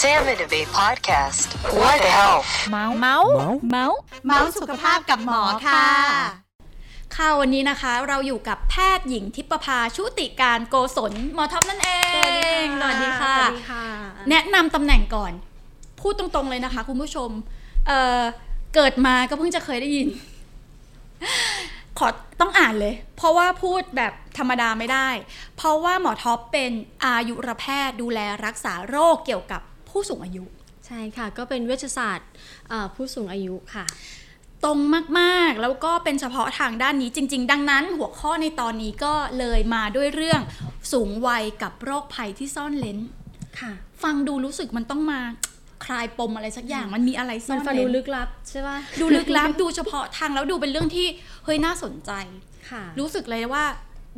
Sam and Abe podcast. What the hell? เมา เมาส์เมาส์ เมาส์สุขภาพกับหมอค่ะ ค่ะวันนี้นะคะเราอยู่กับแพทย์หญิงทิพภาชุติการโกศลหมอท็อปนั่นเอง สวั ส ส ดี ดีค่ะ แนะนำตำแหน่งก่อน พูดตรงๆเลยนะคะคุณผู้ชมเอ่อเกิดมาก็เพิ่งจะเคยได้ยิน ขอต้องอ่านเลย เพราะว่าพูดแบบธรรมดาไม่ได้ เพราะว่าหมอท็อปเป็นอายุรแพทย์ดูแลรักษาโรคเกี่ยวกับผู้สูงอายุ ใช่ค่ะ ก็เป็นเวชศาสตร์เอ่อผู้สูงอายุค่ะ ตรงมากๆ แล้วก็เป็นเฉพาะทางด้านนี้จริง ๆ ดังนั้น หัวข้อในตอนนี้ก็เลยมาด้วยเรื่องสูงวัยกับโรคภัยที่ซ่อนเล้น ค่ะ ฟังดูรู้สึกมันต้องมา คลายปมอะไรสักอย่างมันมีอะไรซ่ มั อน น ฟังดู เล้น ลึกลับใช่ป่ะ ดูลึกลับ ดูเฉพาะทางแล้วดูเป็นเรื่องที่เฮ้ยน่าสนใจ ค่ะ รู้สึกเลยว่า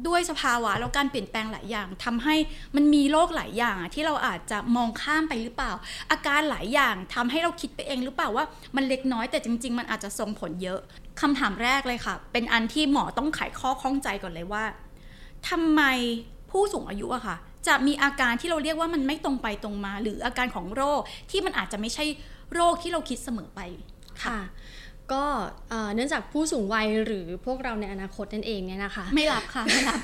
ด้วยสภาวะแล้วการเปลี่ยนแปลงหลายอย่างทำให้มันมีโรคหลายอย่างอะที่เราอาจจะมองข้ามไปหรือเปล่า อาการหลายอย่างทำให้เราคิดไปเองหรือเปล่าว่ามันเล็กน้อยแต่จริง ๆ มันอาจจะส่งผลเยอะคำถามแรกเลยค่ะ เป็นอันที่หมอต้องไขข้อข้องใจก่อนเลยว่าทำไมผู้สูงอายุอะค่ะ จะมีอาการที่เราเรียกว่ามันไม่ตรงไปตรงมา หรืออาการของโรคที่มันอาจจะไม่ใช่โรคที่เราคิดเสมอไป ค่ะ ก็เอ่อเนื่องจากผู้สูงวัยหรือพวกเราในอนาคตนั่นเองเนี่ยนะคะ ไม่รับค่ะไม่รับ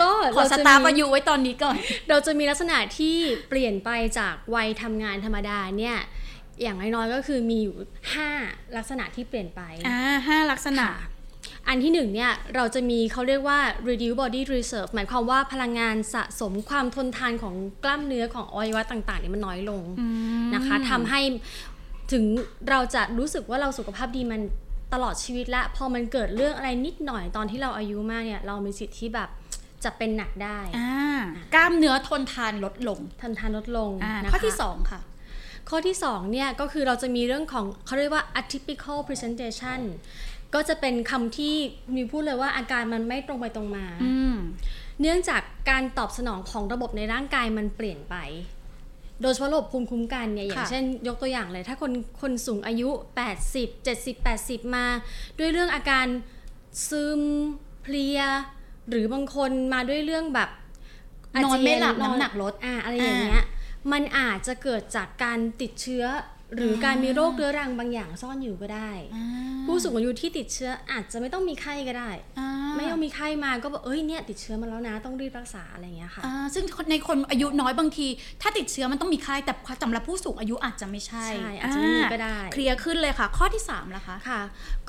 ก็ ขอ เรา ส จะ ตาร์ฟ มี อายุไว้ตอนนี้ก่อน เราจะมีลักษณะที่เปลี่ยนไปจากวัยทำงานธรรมดาเนี่ย อย่างน้อยๆก็คือมีอยู่ 5 ลักษณะที่เปลี่ยนไป อ่าห้าลักษณะ อันที่หนึ่งเนี่ย เราจะมีเขาเรียกว่า reduce body reserve หมายความว่าพลังงานสะสมความทนทานของกล้ามเนื้อของอวัยวะต่างๆเนี่ยมันน้อยลงนะคะทำให้ถึงเราจะรู้สึกว่าเราสุขภาพดีมันตลอดชีวิตละพอมันเกิดเรื่องอะไรนิดหน่อยตอนที่เราอายุมากเนี่ย เรามีสิทธิ์ที่แบบจะเป็นหนักได้ อ่ากล้ามเนื้อทนทานลดลง ทนทานลดลง อ่า นะคะ ข้อที่ 2 ค่ะ ข้อที่2เนี่ยก็คือเราจะมีเรื่องของเขาเรียกว่า atypical presentation ก็จะเป็นคำที่มีพูดเลยว่าอาการมันไม่ตรงไปตรงมา อืม เนื่องจากการตอบสนองของระบบในร่างกายมันเปลี่ยนไป โดยเฉพาะระบบภูมิคุ้มกันเนี่ยอย่าง ค่ะ เช่น ยกตัวอย่างเลย ถ้าคนคนสูงอายุ 80 70 80 มา ด้วยเรื่องอาการซึมเพลีย หรือบางคนมาด้วยเรื่องแบบาเจีย นอนไม่หลับ อ น้ำหนักลด อ่าอะไรอย่างเงี้ยมันอาจจะเกิดจากการติดเชื้อ หรือการมีโรคเรื้อรังบางอย่างซ่อนอยู่ก็ได้ ผู้สูงอายุที่ติดเชื้ออาจจะไม่ต้องมีไข้ก็ได้ อ่า ไม่ต้องมีไข้มาก็บอกเอ้ยเนี่ยติดเชื้อมาแล้วนะ ต้องรีบรักษาอะไรอย่างเงี้ยค่ะ อ่าซึ่งในคนอายุน้อยบางที ถ้าติดเชื้อมันต้องมีไข้แต่สำหรับผู้สูงอายุอาจจะไม่ใช่ ใช่อาจจะไม่มีก็ได้ อ่าเคลียร์ขึ้นเลยค่ะ ข้อที่3ล่ะคะ ค่ะ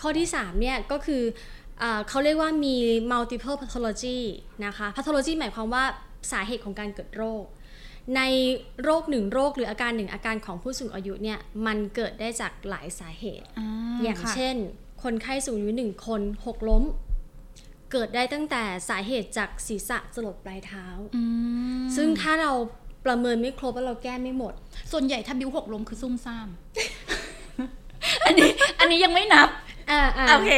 ข้อที่ 3 เนี่ยก็คือเอ่อเขาเรียกว่ามี multiple pathology นะคะ pathology หมายความว่าสาเหตุของการเกิดโรค ในโรคหนึ่งโรคหรืออาการหนึ่งอาการของผู้สูงอายุเนี่ยมันเกิดได้จากหลายสาเหตุ อย่างเช่น คนไข้สูงอายุหนึ่งคนหกล้ม เกิดได้ตั้งแต่สาเหตุจากศีรษะสลบปลายเท้า ซึ่งถ้าเราประเมินไม่ครบแล้วเราแก้ไม่หมด ส่วนใหญ่ถ้าบิ้วหกล้มคือซุ่มซ่าม อันนี้อันนี้ยังไม่นับ อ่าอ่า โอเค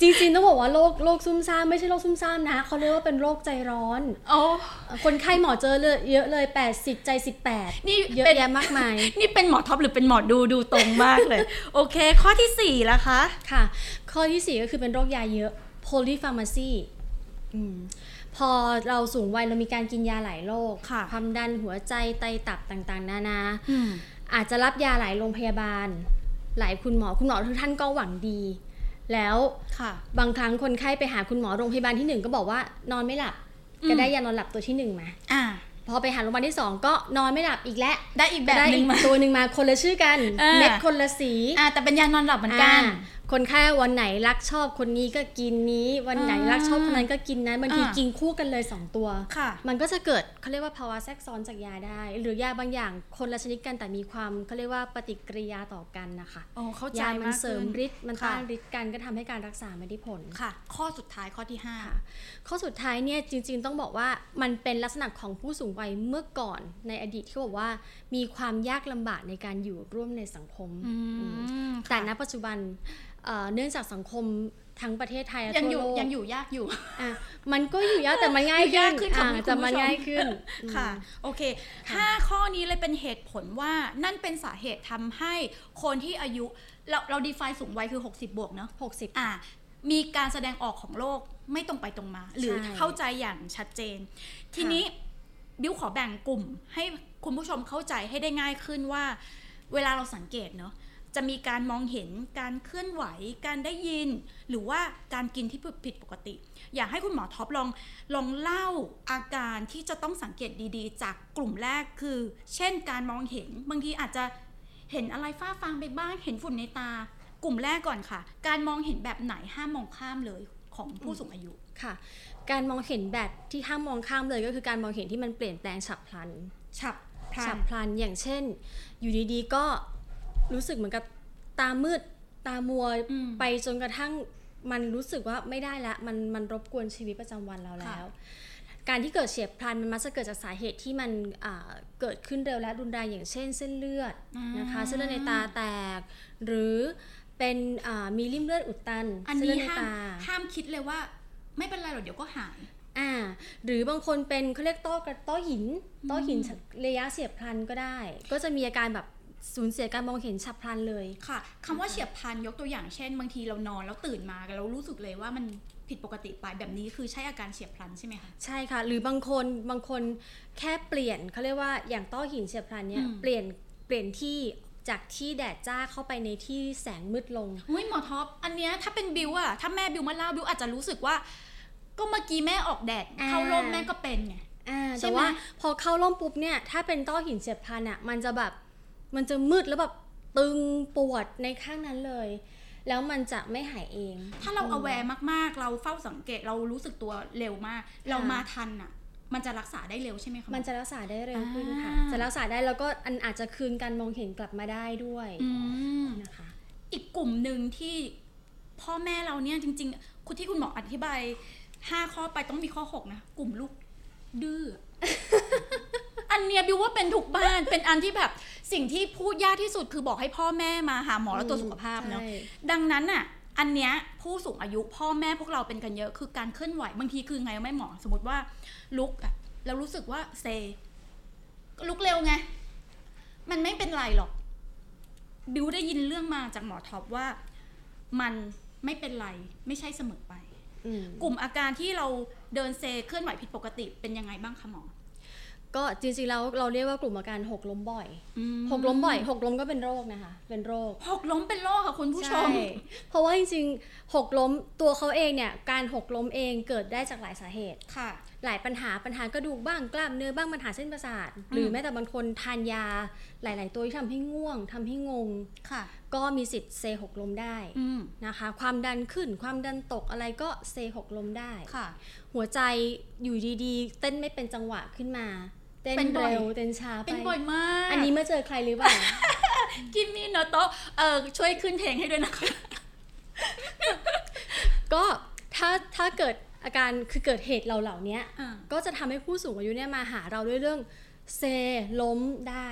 จริงๆต้องบอกว่าโรคโรคซุ่มซ่ามไม่ใช่โรคซุ่มซ่ามนะเขาเรียกว่าเป็นโรคใจร้อน โอ้ คนไข้หมอเจอเลยเยอะเลย 80 ใจ 18 นี่ เยอะ เป็น แยะมากมาย นี่เป็นหมอท็อปหรือเป็นหมอดูดูตรงมากเลย โอเค ข้อที่สี่ล่ะคะ ค่ะ ข้อที่ 4 ก็คือเป็นโรคยาเยอะ polypharmacy อืมพอเราสูงวัยเรามีการกินยาหลายโรค ค่ะ ความดันหัวใจไตตับต่างๆ นานา อืม อาจจะรับยาหลายโรงพยาบาล หลายคุณหมอคุณหมอทุกท่านก็หวังดี แล้ว ค่ะ บางครั้งคนไข้ไปหาคุณหมอโรงพยาบาลที่หนึ่งก็บอกว่านอนไม่หลับก็ได้ยานอนหลับตัวที่หนึ่งมา อ่า พอไปหาโรงพยาบาลที่ 2 ก็นอนไม่หลับอีกแล้ว ได้อีกแบบ ได้ หนึ่ อี ง ก มา ตัวหนึ่งมาคนละชื่อกัน อ่า เม็ดคนละสี อ่าแต่เป็นยานอนหลับเหมือนกัน อ่าคนไข้วันไหนรักชอบคนนี้ก็กินนี้ วันไหนรักชอบคนนั้นก็กินนั้นบางที อ่า กินคู่กันเลย 2 ตัว ค่ะ มันก็จะเกิดเขาเรียกว่าภาวะแทรกซ้อนจากยาได้ หรือยาบางอย่างคนละชนิดกันแต่มีความเขาเรียกว่าปฏิกิริยาต่อกันนะคะ โอ้เข้าใจ ยามัน ก เสริม ขึ้น ฤทธิ์มันต้านฤทธิ์กันก็ทำให้การรักษาไม่ได้ผล ค่ะ ข้อสุดท้ายข้อที่ห้า ค่ะข้อสุดท้ายเนี่ยจริงๆต้องบอกว่ามันเป็นลักษณะของผู้สูงวัยเมื่อก่อนในอดีตที่บอกว่ามีความยากลำบากในการอยู่ร่วมในสังคมอืมแต่ณปัจจุบันเอ่อเนื่องจากสังคมทั้งประเทศไทยและ ยัง ทั่ว อยู่ โลก ยังอยู่ยากอยู่ อ่ะมันก็อยู่ยากแต่มันง่าย อยู่ ขึ้ ยาก น ขึ้นค่ะ อ่ะ คุณผู้ชม แต่มันง่ายขึ้นอืม ค่ะ โอเคห้าข้อนี้เลยเป็นเหตุผลว่านั่นเป็นสาเหตุทำให้คนที่อายุเราเราดีไฟสูงวัยคือ 60 บวกเนาะ 60 อ่า มีการแสดงออกของโรคไม่ตรงไปตรงมา หรือ ใช่ เข้าใจอย่างชัดเจน ทีนี้ บิวขอแบ่งกลุ่มให้ คุณผู้ชมเข้าใจให้ได้ง่ายขึ้นว่า เวลาเราสังเกตเนาะจะมีการมองเห็นการเคลื่อนไหว การได้ยิน หรือว่าการกินที่ผิดปกติ อยากให้คุณหมอท็อปลองลองเล่าอาการที่จะต้องสังเกตดีๆ จากกลุ่มแรกคือ เช่น การมองเห็นบางทีอาจจะเห็นอะไรฟ้าฟางไปบ้างเห็นฝุ่นในตา กลุ่มแรกก่อนค่ะ การมองเห็นแบบไหนห้ามมองข้ามเลยของผู้สูงอายุ ค่ะ การมองเห็นแบบที่ห้ามมองข้ามเลยก็คือการมองเห็นที่มันเปลี่ยนแปลงฉับพลัน ฉับพลั ฉั น บพลันอย่างเช่น อยู่ดีๆก็รู้สึกเหมือนกับตามืดตามัว อืม ไปจนกระทั่งมันรู้สึกว่าไม่ได้ละมันมันรบกวนชีวิตประจำวันเราแล้ว การที่เกิดเฉียบพลันมันมักจะเกิดจากสาเหตุที่มันอ่าเกิดขึ้นเร็วและรุนแรงอย่างเช่น เส้นเลือด อ่าน นะคะเส้นเลือดในตาแตก หรือเป็นอ่ามีริ่มเลือดอุดตัน อัน เส้นเลื นี้ อดใน ห้าม ตา ห้ามคิดเลยว่า ไม่เป็นไรหรอกเดี๋ยวก็หาย อ่าหรือบางคนเป็นเขาเรียกต้อกระต้อหินต้อหินระยะเสียบพลันก็ได้ ก็จะมีอาการแบบสูญเสียการมองเห็นฉับพลันเลย ค่ะคำว่าเฉียบพลันยกตัวอย่างเช่น บางทีเรานอนแล้วตื่นมาแล้วรู้สึกเลยว่ามันผิดปกติไปแบบนี้คือใช่อาการเฉียบพลันใช่ไหมคะ ใช่ค่ะ หรือบางคนบางคนแค่เปลี่ยนเขาเรียกว่าอย่างต้อหินเฉียบพลันเนี่ย อืม เปลี่ยนเปลี่ยนที่จากที่แดดจ้าเข้าไปในที่แสงมืดลง เฮ้ยหมอท็อปอันเนี้ยถ้าเป็นบิวอะถ้าแม่บิวมาเล่าบิวอาจจะรู้สึกว่า ก็เมื่อกี้แม่ออกแดด อ่า เข้าร่มแม่ก็เป็นไง อ่า ใช่ แต่ ไหม ว่าพอเข้าร่มปุ๊บเนี่ยถ้าเป็นต้อหินเฉียบพลันอ่ะมันจะแบบมันจะมืดแล้วแบบตึงปวดในข้างนั้นเลย แล้วมันจะไม่หายเอง ถ้าเรา aware มากๆ เราเฝ้าสังเกตเรารู้สึกตัวเร็วมาก เรามาทันอะมันจะรักษาได้เร็วใช่ไหมคะหอ มันจะรักษาได้เร็วขึ้นค่ะ อ่า จะรักษาได้แล้วก็อันอาจจะคืนการมองเห็นกลับมาได้ด้วย อืม นะคะ อีกกลุ่มหนึ่งที่พ่อแม่เราเนี่ยจริงๆคุณที่คุณหมออธิบายห้าข้อไปต้องมีข้อหกนะ กลุ่มลูกดื้อ อันเนี้ยบิวว่าเป็นทุกบ้าน เป็นอันที่แบบสิ่งที่พูดยากที่สุดคือบอกให้พ่อแม่มาหาหมอแล้วตรวจสุขภาพเนาะ ใช่ ดังนั้นอ่ะ อันเนี้ยผู้สูงอายุพ่อแม่พวกเราเป็นกันเยอะคือการเคลื่อนไหวบางทีคือไงรู้ไหม่หมอ สมมติว่าลุกอะเรารู้สึกว่าเซ ลุกเร็วไง มันไม่เป็นไรหรอก บิวได้ยินเรื่องมาจากหมอท็อปว่า มันไม่เป็นไร ไม่ใช่เสมอไป อืม กลุ่มอาการที่เราเดินเซเคลื่อนไหวผิดปกติเป็นยังไงบ้างคะหมอ ก็จริงๆแล้วเราเรียกว่ากลุ่มอาการหกล้มบ่อย อื หกล้มบ่อยหกล้มก็เป็นโรคนะคะ เป็นโรค หกล้มเป็นโรคค่ะคุณผู้ชม ใช่เพราะว่าจริงๆหกล้มตัวเขาเองเนี่ยการหกล้มเองเกิดได้จากหลายสาเหตุ ค่ะ หลายปัญหาปัญหากระดูกบ้างกล้ามเนื้อบ้างปัญหาเส้นประสาท หรือแม้แต่บางคนทานยาหลาย ๆ ตัวที่ทำให้ง่วงทำให้งง ค่ะ ก็มีสิทธิ์เซหกล้มได้ อืม นะคะความดันขึ้นความดันตกอะไรก็เซหกลมได้ ค่ะ หัวใจอยู่ดีๆ เต้นไม่เป็นจังหวะขึ้นมา เต้น เป็นบ่อย เร็วเต้นช้าไป เป็นบ่อยมาก อันนี้เมื่อเจอใครหรือเปล่า กิมมี่เนอะโต๊ะเออช่วยขึ้นเพลงให้ด้วยนะคะ ก็ถ้าถ้าเกิดอาการคือเกิดเหตุเราเหล่านี้ อ่า ก็จะทำให้ผู้สูงอายุเนี่ยมาหาเราด้วยเรื่องเซล้มได้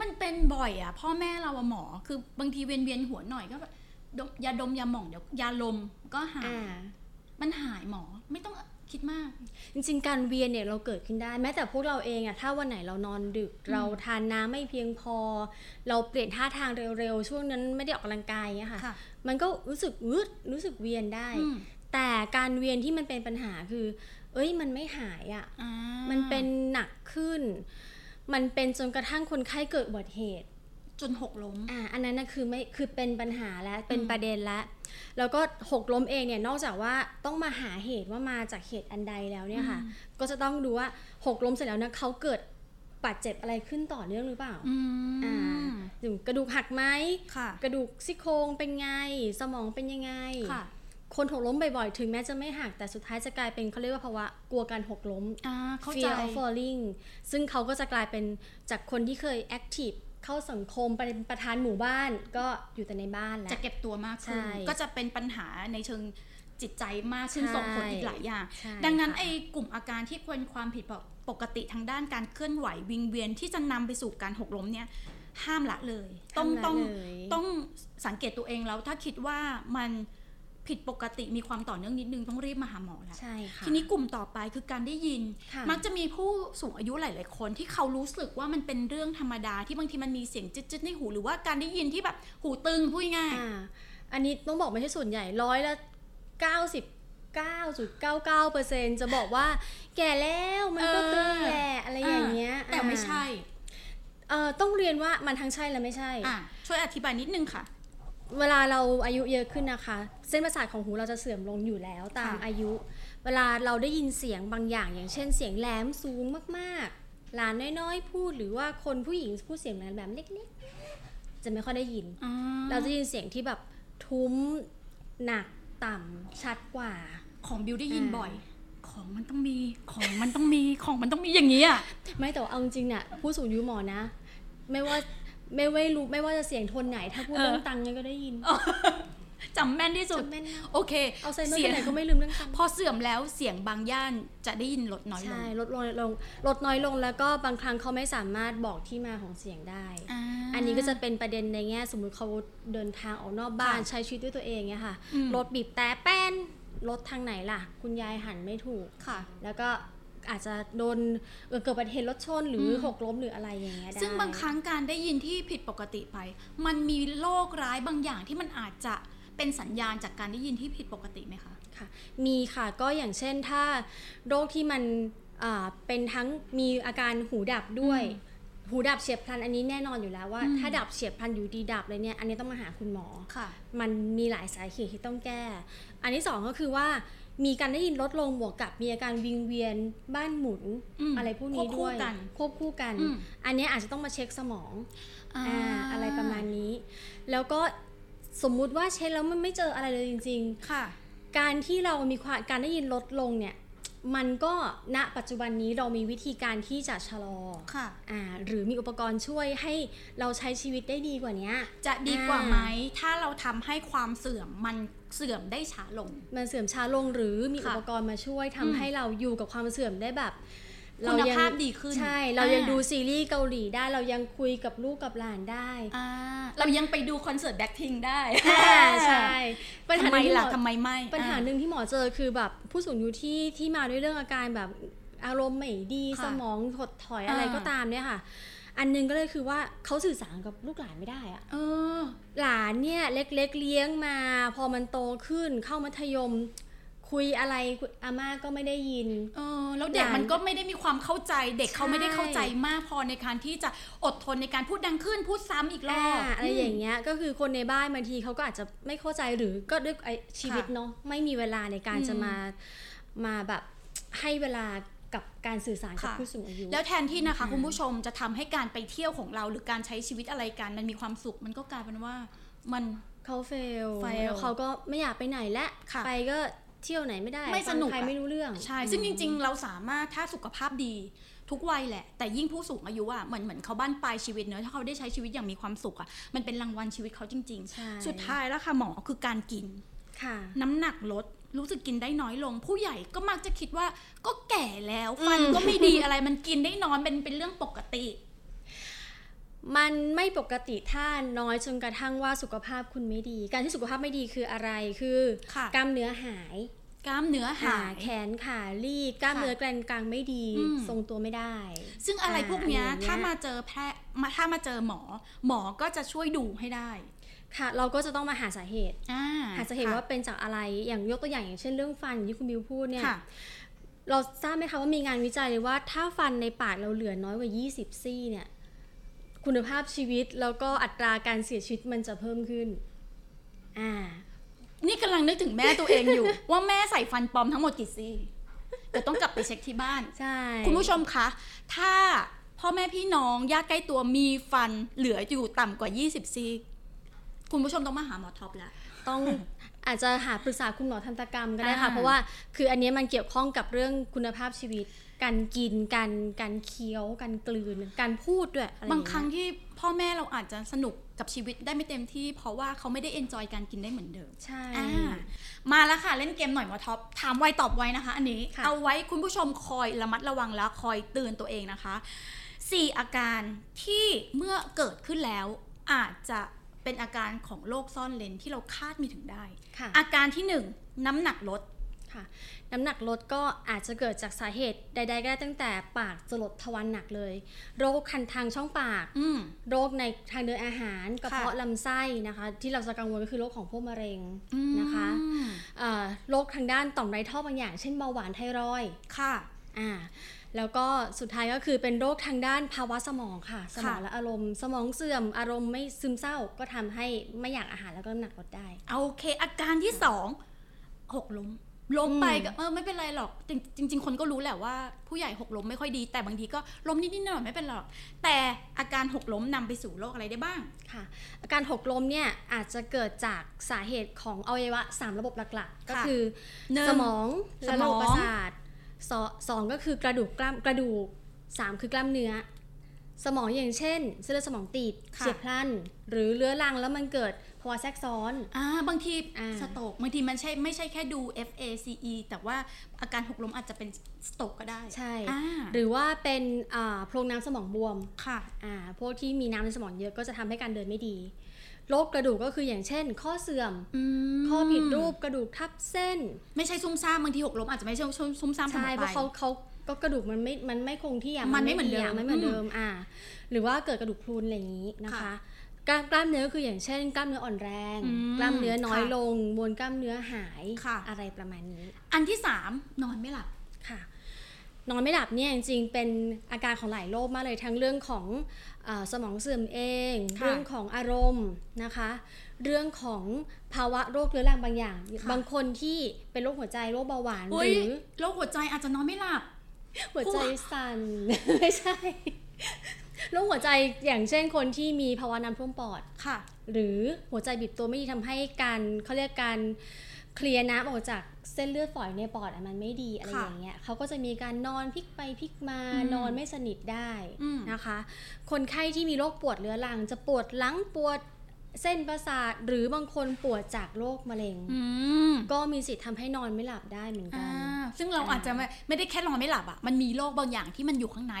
มันเป็นบ่อยอะพ่อแม่เราอะหมอ คือบางทีเวียนเวียนๆหัวหน่อยก็แบบดมยาดมยาหม่องเดี๋ยวยาลมก็หาย อ่า มันหายหมอไม่ต้องคิดมาก จริงๆ การเวียนเนี่ยเราเกิดขึ้นได้ แม้แต่พวกเราเองอะถ้าวันไหนเรานอนดึก เราทานน้ำไม่เพียงพอ เราเปลี่ยนท่าทางเร็วๆ ช่วงนั้นไม่ได้ออกกำลังกายอย่างเงี้ยค่ะ ค่ะ มันก็รู้สึกวืดรู้สึกเวียนได้ อืม แต่การเวียนที่มันเป็นปัญหาคือ เอ้ยมันไม่หายอะ อ่า มันเป็นหนักขึ้น มันเป็นจนกระทั่งคนไข้เกิดอุบัติเหตุ จนหกล้ม อ่าอันนั้นนะคือไม่คือเป็นปัญหาและเป็นประเด็นและแล้วก็หกล้มเองเนี่ยนอกจากว่าต้องมาหาเหตุว่ามาจากเหตุอันใดแล้วเนี่ยค่ะ ก็จะต้องดูว่าหกล้มเสร็จแล้วนะเขาเกิดบาดเจ็บอะไรขึ้นต่อเนื่องหรือเปล่า อื อ่ามถึงกระดูกหักไหม ค่ะ กระดูกซี่โครงเป็นไง สมองเป็นยังไง ค่ะ คนหกล้มบ่อยๆ ถึงแม้จะไม่หักแต่สุดท้ายจะกลายเป็นเขาเรียกว่าภาวะกลัวการหกล้ม อ่าเข้าใจ fear of falling ซึ่งเขาก็จะกลายเป็นจากคนที่เคย active เข้าสังคมเป็นประธานหมู่บ้านก็อยู่แต่ในบ้านแล้ จะ ว เก็บตัวมากขึ้น ใช่ ก็จะเป็นปัญหาในเชิงจิตใจมากขึ้น ใช่ ส่งผลอีกหลายอย่าง ใช่ ดังนั้น ค่ะ ไอ้กลุ่มอาการที่ควรความผิดปกติทางด้านการเคลื่อนไหววิงเวียนที่จะนำไปสู่การหกล้มเนี่ย ห้ามละเลย ต้อง ทำร้าย ต้อง เลย ต้องสังเกตตัวเองแล้วถ้าคิดว่ามันผิดปกติมีความต่อเนื่องนิดนึงต้องรีบมาหาหมอแล้ว ใช่ค่ะ ทีนี้กลุ่มต่อไปคือการได้ยิน ค่ะ มักจะมีผู้สูงอายุหลาย ๆ คนที่เขารู้สึกว่ามันเป็นเรื่องธรรมดาที่บางทีมันมีเสียงจึ๊ดๆในหูหรือว่าการได้ยินที่แบบหูตึงพูดง่าย าอันนี้ต้องบอกไม่ใช่ส่วนใหญ่ร้อยละ 90 9.99เปอร์เซ็นจะบอกว่า แก่แล้วมันก็ เออ ตึงแหละอะไรอย่างเงี้ย แต่ไม่ อ่า ใช่ เอ่อต้องเรียนว่ามันทั้งใช่และไม่ใช่ อ่ะช่วยอธิบายนิดนึงค่ะ เวลาเราอายุเยอะขึ้นนะคะ เส้นประสาทของหูเราจะเสื่อมลงอยู่แล้วตาม ค่ะ อายุ เวลาเราได้ยินเสียงบางอย่าง อย่างเช่น เสียงแหลมสูงมากๆหลานน้อยๆ พูดหรือว่าคนผู้หญิงพูดเสียงแหลมแบบเล็กๆ จะไม่ค่อยได้ยิน อ๋อ เราจะยินเสียงที่แบบทุ้มหนักต่ำชัดกว่า ของบิวได้ยิน อ่า บ่อย ของมันต้องมีของมันต้องมีของมันต้องมีอย่างนี้อ่ะ ไม่แต่ว่าเอาจริงๆน่ะผู้สูงอายุหมอนะ ไม่ว่าไม่ว่ารู้ไม่ว่าจะเสียงโทนไหน ถ้าพูด เออ เรื่องตังค์ไงก็ได้ยิน จำแม่นที่สุด จำแม่นมาก โอเค เอาไซเมอร์ สีย ที่ ง ไหนก็ไม่ลืมเรื่องตังค์ พอเสื่อมแล้วเสียงบางย่านจะได้ยินลดน้อยล ใช่ ง ลดลงลงลดน้อยลงแล้วก็บางครั้งเขาไม่สามารถบอกที่มาของเสียงได้ า อันนี้ก็จะเป็นประเด็นในแง่สมมุติเขาเดินทางออกนอกบ้าน ค่ะ ใช้ชีวิตด้วยตัวเองเนี่ยค่ะ อืม รถบีบแต่แป้นรถทางไหนล่ะ คุณยายหันไม่ถูก ค่ะ แล้วก็อาจจะโดนเอ่อเกิดอุบัติเหตุรถชนหรืออ ม หกล้มหรืออะไรอย่างเงี้ยได้ ซึ่งบางครั้งการได้ยินที่ผิดปกติไป มันมีโรคร้ายบางอย่างที่มันอาจจะเป็นสัญญาณจากการได้ยินที่ผิดปกติไหมคะ ค่ะ มีค่ะก็อย่างเช่นถ้าโรคที่มันอ่าเป็นทั้งมีอาการหูดับด้วย อืม หูดับเฉียบพลันอันนี้แน่นอนอยู่แล้วว่า อืม ถ้าดับเฉียบพลันอยู่ดีดับเลยเนี่ยอันนี้ต้องมาหาคุณหมอ ค่ะ มันมีหลายสาเหตุที่ต้องแก้ อันที่สองก็คือว่ามีการได้ยินลดลงบวกกับมีอาการวิงเวียนบ้านหมุน อืม อะไรพวกนี้ ควบคู่ ด้วย กัน ควบคู่กัน อืม อันเนี้ยอาจจะต้องมาเช็คสมอง อ่า อ่าอะไรประมาณนี้ แล้วก็สมมุติว่าเช็คแล้วมันไม่เจออะไรเลยจริง ๆ ค่ะ การที่เรามีความการได้ยินลดลงเนี่ย มันก็ณปัจจุบันนี้เรามีวิธีการที่จะชะลอ ค่ะ อ่าหรือมีอุปกรณ์ช่วยให้เราใช้ชีวิตได้ดีกว่าเนี้ย จะดีกว่าไหมถ้าเราทำให้ความเสื่อมมันเสื่อมได้ช้าลง มันเสื่อมช้าลงหรือมีอุ ค่ะ ปกรณ์มาช่วยทำ อืม ให้เราอยู่กับความเสื่อมได้แบบ คุณ ยัง ภาพดีขึ้น ใช่ เรายัง อ่า ดูซีรีส์เกาหลีได้เรายังคุยกับลูกกับหลานได้ อ่าเรายังไปดูคอนเสิร์ตแบ็คทิงได้ อ่าใช่ปัญหา ทำ ห ไม นึ่งที่หม ล่ะ อ ทำไมไม่ ปัญหาหนึ่งที่หมอเจอคือแบบผู้สูงอายุที่ที่มาด้วยเรื่องอาการแบบอารมณ์ไม่ดี ะ สมองถดถอยอะไร อ่า ก็ตามเนี่ยค่ะ อันหนึงก็เลยคือว่าเขาสื่อสารกับลูกหลานไม่ได้อะ เออ หลานเนี่ยเล็กๆเลี้ยงมา พอมันโตขึ้นเข้ามัธยม คุยอะไรคุณอาม่าก็ไม่ได้ยิน เออแล้วเด็หกลาน มันก็ไม่ได้มีความเข้าใจ เด็กเขา ใช่ ไม่ได้เข้าใจมากพอในการที่จะอดทนในการพูดดังขึ้นพูดซ้ำอีกร อ่า อบ อะไร ม อย่างเงี้ยก็คือคนในบ้านบางทีเขาก็อาจจะไม่เข้าใจหรือก็ด้วยไอ้ชีวิตเนาะไม่มีเวลาในการ อืม จะมามาแบบให้เวลากับการสื่อสารกับ ค่ะ ผู้สูงอายุ แล้วแทนที่นะคะคุณผู้ชมจะทำให้การไปเที่ยวของเราหรือการใช้ชีวิตอะไรกัน มันมีความสุขมันก็กลายเป็นว่ามัน เขาเฟล fail แล้วเขาก็ไม่อยากไปไหนและ ค่ะ ไปก็เที่ยวไหนไม่ได้ ไม่สนุก ฟังใคร อะ ไม่รู้เรื่อง ใช่ ซึ่งจริง ๆ เราสามารถถ้าสุขภาพดีทุกวัยแหละ แต่ยิ่งผู้สูงอายุอ่ะเหมือนเหมือนเขาบ้านปลายชีวิตเนอะถ้าเขาได้ใช้ชีวิตอย่างมีความสุขอ่ะมันเป็นรางวัลชีวิตเขาจริง ใช่ ๆ สุดท้ายแล้วค่ะหมอคือการกิน ค่ะ น้ำหนักลดรู้สึกกินได้น้อยลง ผู้ใหญ่ก็มักจะคิดว่าก็แก่แล้ว ฟัน อืม ก็ไม่ดีอะไรมันกินได้น้อยเป็นเป็นเรื่องปกติ มันไม่ปกติถ้าน้อยจนกระทั่งว่าสุขภาพคุณไม่ดี การที่สุขภาพไม่ดีคืออะไรคือ ค่ะ กล้ามเนื้อหาย กล้ามเนื้อหา หาย แขนขาลีบกล้ามเนื้อแกนกลางไม่ดี อืม ทรงตัวไม่ได้ ซึ่งอะไรพวกเนี้ย อ่าอย่างเงี้ย ถ้ามาเจอแพทย์มาถ้ามาเจอหมอ หมอก็จะช่วยดูให้ได้ ค่ะ เราก็จะต้องมาหาสาเหตุ อ่า หาสาเหตุ ค่ะ ว่าเป็นจากอะไรอย่างยกตัวอย่างอย่างเช่นเรื่องฟันอย่างที่คุณบิวพูดเนี่ย ค่ะ เราทราบไหมคะว่ามีงานวิจัยเลยว่า ถ้าฟันในปากเราเหลือน้อยกว่า 20 ซี่เนี่ยคุณภาพชีวิตแล้วก็อัตราการเสียชีวิตมันจะเพิ่มขึ้นอ่า นี่กำลังนึกถึงแม่ตัวเองอยู่ ว่าแม่ใส่ฟันปลอมทั้งหมดกี่ซี่เดี๋ยวต้องกลับไปเช็คที่บ้าน ใช่ คุณผู้ชมคะ ถ้าพ่อแม่พี่น้องญาติใกล้ตัวมีฟันเหลืออยู่ต่ำกว่า 20ซี่คุณผู้ชมต้องมาหาหมอท็อปแล้ว ต้อง อาจจะหาปรึกษาคุณหมอทันตกรรมก็ได้ค่ะ อ่า เพราะว่าคืออันเนี้ยมันเกี่ยวข้องกับเรื่องคุณภาพชีวิต การกินการการเคี้ยวการกลืนการพูดด้วยอะไรอย่ บาง เย ครั้งที่พ่อแม่เราอาจจะสนุกกับชีวิตได้ไม่เต็มที่ เพราะว่าเขาไม่ได้เอนจอยการกินได้เหมือนเดิม ใช่ อ่ามาแล้วค่ะเล่นเกมหน่อยหมอท็อปถามไวตอบไวนะคะ อันนี้เอาไว้คุณผู้ชมคอยระมัดระวังและคอยเตือนตัวเองนะคะ 4 อาการที่เมื่อเกิดขึ้นแล้ว อาจจะเป็นอาการของโรคซ่อนเลนที่เราคาดไมีถึงได้ ค่ะ อาการที่ 1 น้ำหนักลด ค่ะ น้ำหนักลดก็อาจจะเกิดจากสาเหตุใดๆก็ได้ตั้งแต่ปากจรดทวารหนักเลย โรคคันทางช่องปาก อืม โรคในทางเดินอาหารกระเพาะลำไส้นะคะ ที่เราจะกังวลก็คือโรคของพวกมะเร็งนะคะ อืม เอ่อโรคทางด้านต่อมไรท่อบางอย่าง เช่นเบาหวานไทรอยด์ ค่ะ อ่า แล้วก็สุดท้ายก็คือเป็นโรคทางด้านภาวะสมองค่ะ สมอง ค่ะ และอารมณ์ สมองเสื่อมอารมณ์ไม่ซึมเศร้าก็ทำให้ไม่อยากอาหารแล้วก็น้ำหนักลดได้ เอาโอเค อาการที่สองหกล้มล้มไป อืม ก็เออไม่เป็นไรหรอกจริงจริง ๆ คนก็รู้แหละว่าผู้ใหญ่หกล้มไม่ค่อยดีแต่บางทีก็ล้มนิดๆหน่อยๆไม่เป็นหรอก แต่อาการหกล้มนำไปสู่โรคอะไรได้บ้าง ค่ะอาการหกล้มเนี่ยอาจจะเกิดจากสาเหตุของอวัยวะ 3 ระบบหลักๆ ก็ ค่ะ คือ หนึ่ง สมอง ส และ ม ระ อง บบประสาทสอสองก็คือกระดูกกล้ามกระดูก 3 คือกล้ามเนื้อ สมองอย่างเช่น เส้นเลือดสมองตีบ ค่ะ เฉียบพลัน หรือเรื้อรังแล้วมันเกิดภาวะแทรกซ้อน อ่าบางที อ่า สโตรกบางทีมันใช่ไม่ใช่แค่ดู FACE แต่ว่าอาการหกล้มอาจจะเป็นสโตรกก็ได้ ใช่ อ่า หรือว่าเป็นอ่าโพรงน้ำสมองบวม ค่ะ อ่าพวกที่มีน้ำในสมองเยอะก็จะทำให้การเดินไม่ดี โรคกระดูกก็คืออย่างเช่น ข้อเสื่อม อืม ข้อผิดรูปกระดูกทับเส้น ไม่ใช่ซุ่มซ่ามบางทีหกล้มอาจจะไม่ใช่ซุ่มซ่ามสม ใช่ อ เพ ไป ราะเขาเขาก็กระดูกมันไม่ มันไม่คงที่อ่ะ มันไม่เหมือนเดิม ะไม่เหมือนเดิมอ่าหรือว่าเกิดกระดูกพรุนอะไรอย่างนี้นะคะ กล้ามกล้ามเนื้อคืออย่างเช่น กล้ามเนื้ออ่อนแรง อืม กล้ามเนื้อน้อย ค่ะ ลง มวลกล้ามเนื้อหาย ค่ะ อะไรประมาณนี้ อันที่สามนอนไม่หลับ ค่ะ นอนไม่หลับเนี่ยจริงๆเป็นอาการของหลายโรคมากเลยทั้งเรื่องของเออสมองเสื่อมเอง ค่ะ เรื่องของอารมณ์นะคะ เรื่องของภาวะโรคเรื้อรังบางอย่าง ค่ะ บางคนที่เป็นโรคหัวใจโรคเบาหวาน อุ๊ ห ย รือ โรคหัวใจอาจจะนอนไม่หลับ หัวใจสั่น ไม่ใช่โรคหัวใจอย่างเช่นคนที่มีภาวะน้ำท่วมปอด ค่ะ หรือหัวใจบีบตัวไม่ดีทำให้การเขาเรียกการเคลียร์น้ำออกจากเส้นเลือดฝอยในปอดอะมันไม่ดีอะไร ค่ะ อย่างเงี้ยเขาก็จะมีการนอนพลิกไปพลิกมา อืม นอนไม่สนิทได้ อืม นะคะ คนไข้ที่มีโรคปวดเรื้อรัง จะปวดหลังปวดเส้นประสาท หรือบางคนปวดจากโรคมะเร็ง อืม ก็มีสิทธิ์ทำให้นอนไม่หลับได้เหมือนกั อ่าน ซึ่งเราอาจจะไม่ไม่ได้แค่นอนไม่หลับอะมันมีโรคบางอย่างที่มันอยู่ข้างใน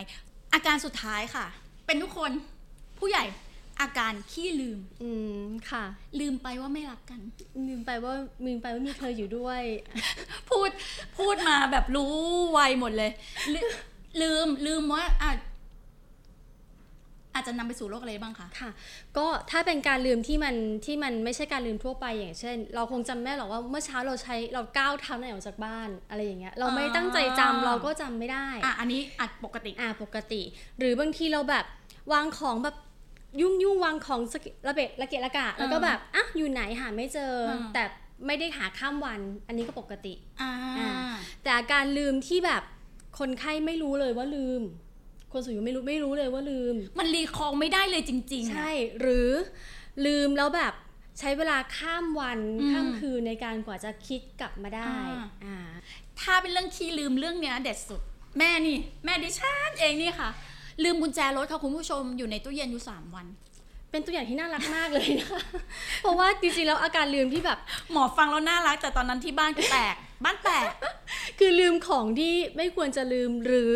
อาการสุดท้ายค่ะ เป็นทุกคนผู้ใหญ่อาการขี้ลืม อืมค่ะ ลืมไปว่าไม่รักกัน ลืมไปว่าลืมไปว่ามีเธออยู่ด้วย พูดพูดมาแบบรู้ไวหมดเลยลืลืมลืมว่าอาจอาจจะนำไปสู่โรคอะไรบ้างคะ ค่ะ ก็ถ้าเป็นการลืมที่มันที่มันไม่ใช่การลืมทั่วไปอย่างเช่น เราคงจำไม่ได้หรอกว่าเมื่อเช้าเราใช้เราก้าวเท้าไหนออกจากบ้านอะไรอย่างเงี้ยเราไม่ อ๋อ ตั้งใจจำเราก็จำไม่ได้ อ่ะอันนี้อาจปกติ อ่าปกติ หรือบางทีเราแบบวางของแบบยุ่งยุ่งๆวางของสะเก็ดระเบะระเกะระกะ แล้วก็แบบอ่ะอยู่ไหนหาไม่เจออ ม แต่ไม่ได้หาข้ามวันอันนี้ก็ปกติ อ่า อ่า แต่อาการลืมที่แบบคนไข้ไม่รู้เลยว่าลืม คนสูงอายุไม่รู้ไม่รู้เลยว่าลืม มันรีคอลไม่ได้เลยจริงๆอะ ใช่หรือลืมแล้วแบบใช้เวลาข้ามวัน อืม ข้ามคืนในการกว่าจะคิดกลับมาได้ อ่า อ่า ถ้าเป็นเรื่องขี้ลืมเรื่องเนี้ยเด็ดสุด แม่นี่ แม่ดิฉันเองนี่ค่ะ ลืมกุญแจรถค่ะคุณผู้ชมอยู่ในตู้เย็นอยู่ 3 วัน เป็นตัวอย่างที่น่ารักมากเลยนะคะ เพราะว่าจริงๆแล้วอาการลืมที่แบบ หมอฟังแล้วน่ารัก แต่ตอนนั้นที่บ้านก็แตก บ้านแตก คือลืมของที่ไม่ควรจะลืมหรือ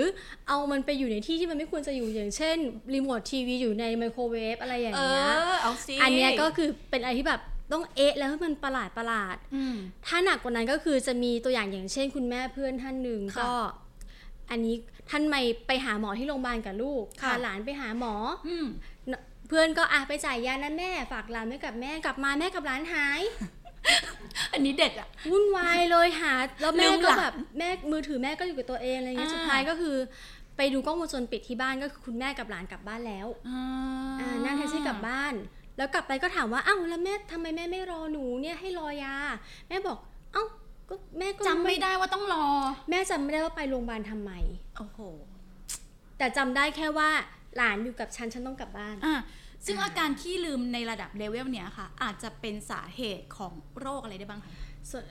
เอามันไปอยู่ในที่ที่มันไม่ควรจะอยู่อย่างเช่นรีโมททีวีอยู่ในไมโครเวฟอะไรอย่าง เอ เงี้ย อ เอาซิ อันเนี้ยก็คือเป็นอะไรที่แบบต้องเอะแล้วให้มันประหลาดประหลาด อืม ถ้าหนักกว่านั้นก็คือจะมีตัวอย่างอย่างเช่นคุณแม่เพื่อนท่านหนึ่ง ค่ะ ก็ อันนี้ท่านไม่ไปหาหมอที่โรงพยาบาลกับลูก ค่ะ พาหลานไปหาหมอ อืม เพื่อนก็อ่ะไปจ่ายยานะแม่ ฝากหลานไว้กับแม่กลับมาแม่กับหลานหาย อันนี้เด็ดอ่ะ วุ่นวายเลยหาแล้วแม่ ลืม ก็ หลาน แบบแม่มือถือแม่ก็อยู่กับตัวเองอะไรเงี้ย อ่า สุดท้ายก็คือ ไปดูกล้องวงจรปิดที่บ้านก็คือคุณแม่กับหลานกลับบ้านแล้วอ่านั่งแท็กซี่กลับบ้าน แล้วกลับไปก็ถามว่าอ้าวแล้วแม่ทำไมแม่ไม่รอหนูเนี่ยให้รอยา แม่บอกเอ้าก็แม่ก็ จำไม่ได้ว่าต้องรอ แม่จำไม่ได้ว่าไปโรงพยาบาลทำไม โอ้โห แต่จำได้แค่ว่าหลานอยู่กับฉัน ฉันต้องกลับบ้าน อ่ะซึ่ง อ่า อาการขี้ลืมในระดับเลเวลเนี้ยค่ะ อาจจะเป็นสาเหตุของโรคอะไรได้บ้างคะ ส่วน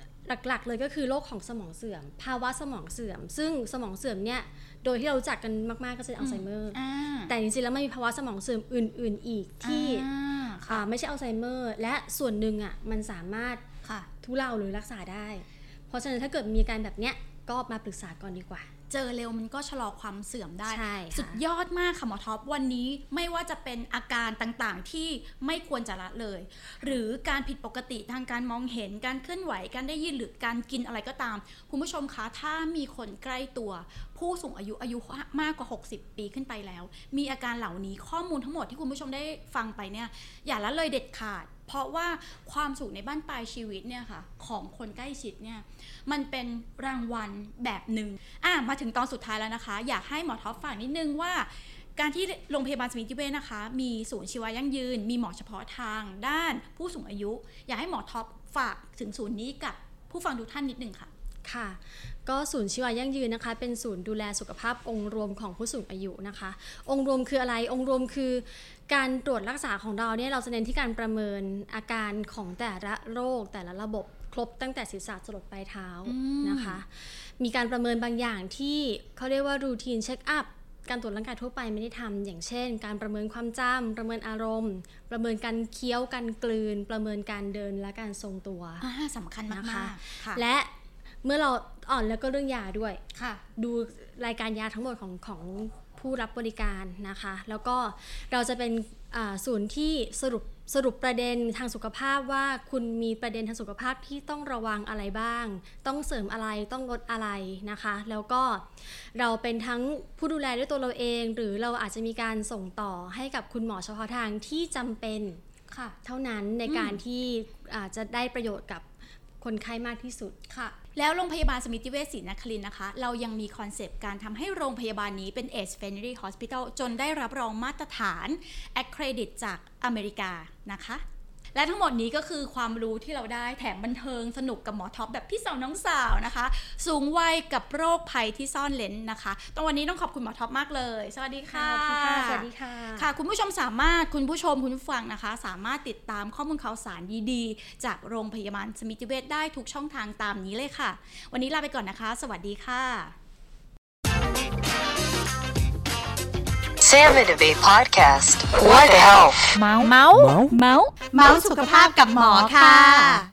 หลักๆ เลยก็คือโรคของสมองเสื่อม ภาวะสมองเสื่อม ซึ่งสมองเสื่อมเนี่ย โดยที่เรารู้จักกันมาก ๆ ก็คืออัลไซเมอร์ อ่า แต่จริงๆ แล้วมันมีภาวะสมองเสื่อมอื่น ๆ อีกที่ อ่า อ่าไม่ใช่อัลไซเมอร์ และส่วนหนึ่งอ่ะมันสามารถ ค่ะ ทุเลาหรือรักษาได้ เพราะฉะนั้นถ้าเกิดมีอาการแบบเนี้ยก็มาปรึกษาก่อนดีกว่า เจอเร็วมันก็ชะลอความเสื่อมได้ ใช่ค่ะ สุดยอดมากค่ะหมอท็อป วันนี้ไม่ว่าจะเป็นอาการต่างๆ ที่ไม่ควรจะละเลย หรือการผิดปกติทางการมองเห็นการเคลื่อนไหวการได้ยินหรือการกินอะไรก็ตาม คุณผู้ชมคะถ้ามีคนใกล้ตัว ผู้สูงอายุอายุมากกว่า 60 ปีขึ้นไปแล้ว มีอาการเหล่านี้ข้อมูลทั้งหมดที่คุณผู้ชมได้ฟังไปเนี่ยอย่าละเลยเด็ดขาด เพราะว่าความสุขในบ้านปลายชีวิตเนี่ยค่ะของคนใกล้ชิดเนี่ยมันเป็นรางวัลแบบหนึ่งอ่ะมาถึงตอนสุดท้ายแล้วนะคะ อยากให้หมอท็อปฝากนิดนึงว่า การที่โรงพยาบาลสมิติเวชนะคะ มีศูนย์ชีวายั่งยืน มีหมอเฉพาะทางด้านผู้สูงอายุ อยากให้หมอท็อปฝากถึงศูนย์นี้กับผู้ฟังทุกท่านนิดหนึ่งค่ะ ค่ะ ก็ศูนย์ชีวายั่งยืนนะคะ เป็นศูนย์ดูแลสุขภาพองค์รวมของผู้สูงอายุนะคะ องค์รวมคืออะไร องค์รวมคือ การตรวจรักษาของเราเนี่ยเราจะเน้นที่การประเมินอาการของแต่ละโรคแต่ละระบบครบตั้งแต่ศีรษะจรดปลายเท้า อืม นะคะ มีการประเมินบางอย่างที่เขาเรียกว่ารูทีนเช็คอัพการตรวจร่างกายทั่วไปไม่ได้ทำอย่างเช่น การประเมินความจำประเมินอารมณ์ ประเมินการเคี้ยวการกลืน ประเมินการเดินและการทรงตัว อ่าสำคัญมาก นะคะ ๆค่ะ และเมื่อเราอ่อนแล้วก็เรื่องยาด้วย ค่ะ ดูรายการยาทั้งหมดของของผู้รับบริการนะคะ แล้วก็เราจะเป็นอ่าศูนย์ที่สรุปสรุปประเด็นทางสุขภาพว่าคุณมีประเด็นทางสุขภาพที่ต้องระวังอะไรบ้าง ต้องเสริมอะไรต้องลดอะไรนะคะ แล้วก็เราเป็นทั้งผู้ดูแลด้วยตัวเราเอง หรือเราอาจจะมีการส่งต่อให้กับคุณหมอเฉพาะทางที่จำเป็น ค่ะ เท่านั้นในการที่อาจจะได้ประโยชน์กับคนไข้มากที่สุด ค่ะ แล้วโรงพยาบาลสมิติเวชศรีนครินทร์นะคะ เรายังมีคอนเซปต์การทำให้โรงพยาบาลนี้เป็น AIDS Friendly Hospital จนได้รับรองมาตรฐาน Accredit จากอเมริกานะคะ และทั้งหมดนี้ก็คือความรู้ที่เราได้แถมบันเทิงสนุกกับหมอท็อปแบบพี่สาวน้องสาวนะคะ สูงวัยกับโรคภัยที่ซ่อนเลนนะคะตรงวันนี้ต้องขอบคุณหมอท็อปมากเลย สวัสดีค่ะ สวัสดีค่ะ ค่ะคุณผู้ชมสามารถคุณผู้ชมคุณผู้ฟังนะคะ สามารถติดตามข้อมูลข่าวสารดีๆ จากโรงพยาบาลสมิติเวชได้ทุกช่องทางตามนี้เลยค่ะ วันนี้ลาไปก่อนนะคะ สวัสดีค่ะ Sam and a Bay Podcast. What the health? เมาส์เมาส์เมาส์สุขภาพกับหมอค่ะ